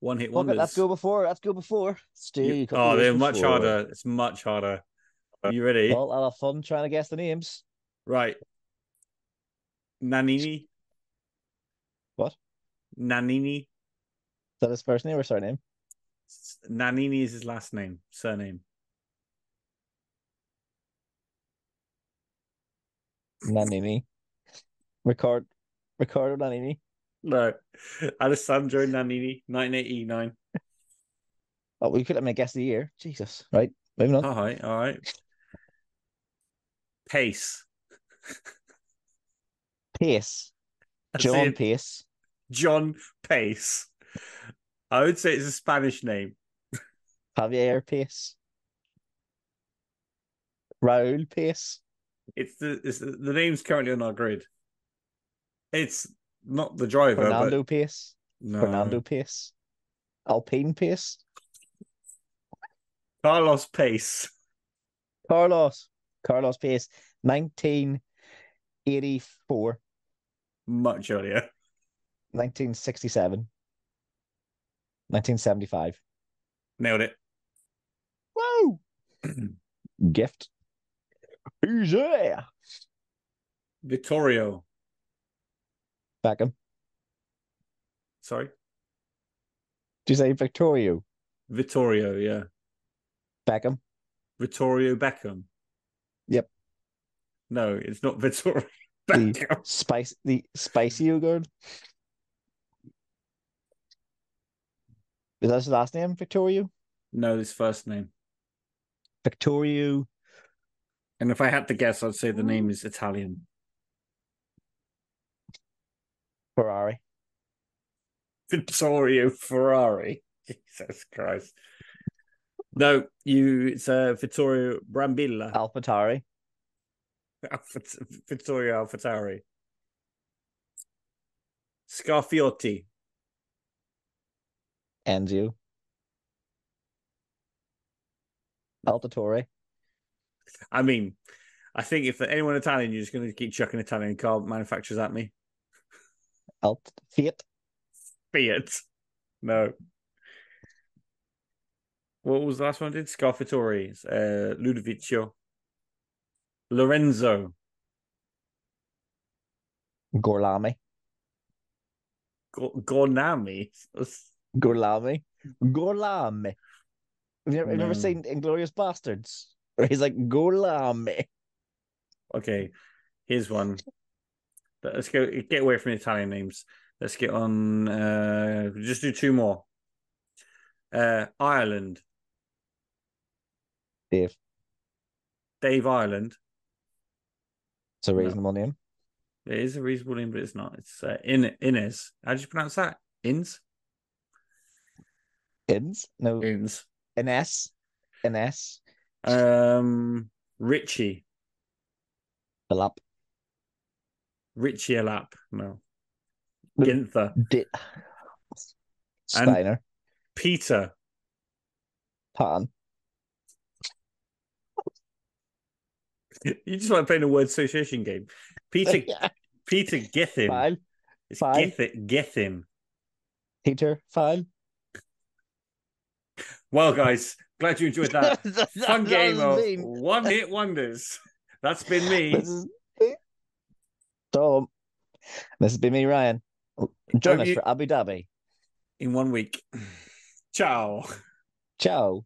Speaker 1: one hit
Speaker 2: Look
Speaker 1: wonders.
Speaker 2: at that's go before. That's go before. Stu.
Speaker 1: You-
Speaker 2: you got
Speaker 1: oh,
Speaker 2: the
Speaker 1: they're
Speaker 2: races
Speaker 1: much
Speaker 2: forward.
Speaker 1: harder. It's much harder. Are you ready?
Speaker 2: Well, I'll have fun trying to guess the names.
Speaker 1: Right. Nanini.
Speaker 2: What?
Speaker 1: Nanini.
Speaker 2: Is that his first name or surname?
Speaker 1: S- Nanini is his last name, surname.
Speaker 2: Nanini. Record. Ricardo Nanini.
Speaker 1: No. Alessandro Nanini, 1989.
Speaker 2: Oh, we could have made a guess of the year. Jesus. Right. Moving on.
Speaker 1: All right, all right. Pace.
Speaker 2: Pace.
Speaker 1: That's
Speaker 2: John
Speaker 1: it.
Speaker 2: Pace.
Speaker 1: John Pace. I would say it's a Spanish name.
Speaker 2: Javier Pace. Raul Pace.
Speaker 1: It's the it's the, the name's currently on our grid. It's not the driver,
Speaker 2: Fernando Pace.
Speaker 1: but no.
Speaker 2: Fernando Pace. Alpine Pace.
Speaker 1: Carlos Pace.
Speaker 2: Carlos. Carlos Pace, 1984,
Speaker 1: Much earlier.
Speaker 2: 1967, 1975.
Speaker 1: Nailed it.
Speaker 2: Whoa! Gift. Easy.
Speaker 1: Vittorio.
Speaker 2: Beckham.
Speaker 1: Sorry.
Speaker 2: Do you say Victorio?
Speaker 1: Vittorio, yeah.
Speaker 2: Beckham.
Speaker 1: Vittorio Beckham.
Speaker 2: Yep.
Speaker 1: No, it's not Vittorio
Speaker 2: The-
Speaker 1: Beckham.
Speaker 2: Spice the spicy yogurt. Is that his last name, Victorio?
Speaker 1: No, his first name.
Speaker 2: Victorio.
Speaker 1: And if I had to guess, I'd say the name is Italian.
Speaker 2: Ferrari.
Speaker 1: Vittorio Ferrari. Jesus Christ. No, you. It's uh, Vittorio Brambilla.
Speaker 2: Oh. Alphatari.
Speaker 1: Alpha- Vittorio Alfatari. Scarfiotti.
Speaker 2: Enzio. Altatore.
Speaker 1: I mean, I think if anyone Italian, you're just going to keep chucking Italian car manufacturers at me.
Speaker 2: Alt Fiat.
Speaker 1: Fiat. No. What was the last one I did? Scarfatori, uh, Ludovico, Lorenzo,
Speaker 2: Gorlami.
Speaker 1: Go- Gornami.
Speaker 2: Gorlami. Gorlami. Have you ever, have you ever
Speaker 1: No.
Speaker 2: seen Inglorious Bastards? Where he's like, Gorlami.
Speaker 1: Okay, here's one. But Let's go get away from the Italian names. Let's get on. Uh, just do two more. Uh, Ireland,
Speaker 2: Dave.
Speaker 1: Dave Ireland.
Speaker 2: It's a
Speaker 1: No.
Speaker 2: reasonable name.
Speaker 1: It is a reasonable name, but it's not. It's uh, In Inez. How do you pronounce that? Inns.
Speaker 2: Ins? No.
Speaker 1: Inns.
Speaker 2: Ines. Ines.
Speaker 1: Um, Richie,
Speaker 2: Philip.
Speaker 1: Richie Alap, no,
Speaker 2: Mm.
Speaker 1: Ginther,
Speaker 2: Di- Steiner.
Speaker 1: Peter,
Speaker 2: Pan.
Speaker 1: you just like playing a word association game. Peter, Peter Gethin,
Speaker 2: File.
Speaker 1: it's
Speaker 2: fine.
Speaker 1: Gethin, Gethin.
Speaker 2: Peter. File.
Speaker 1: Well, guys, glad you enjoyed that fun game of
Speaker 2: was mean.
Speaker 1: one hit wonders. That's been me.
Speaker 2: This is Tom. This has been me, Ryan. Join
Speaker 1: Hope
Speaker 2: us
Speaker 1: you-
Speaker 2: for Abu Dhabi.
Speaker 1: in one week. Ciao.
Speaker 2: Ciao.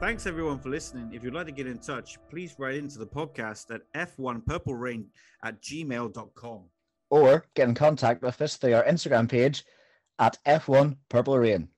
Speaker 3: Thanks everyone for listening. If you'd like to get in touch, please write into the podcast at f1purplerain at gmail.com.
Speaker 2: Or get in contact with us through our Instagram page at F1 Purple Rain.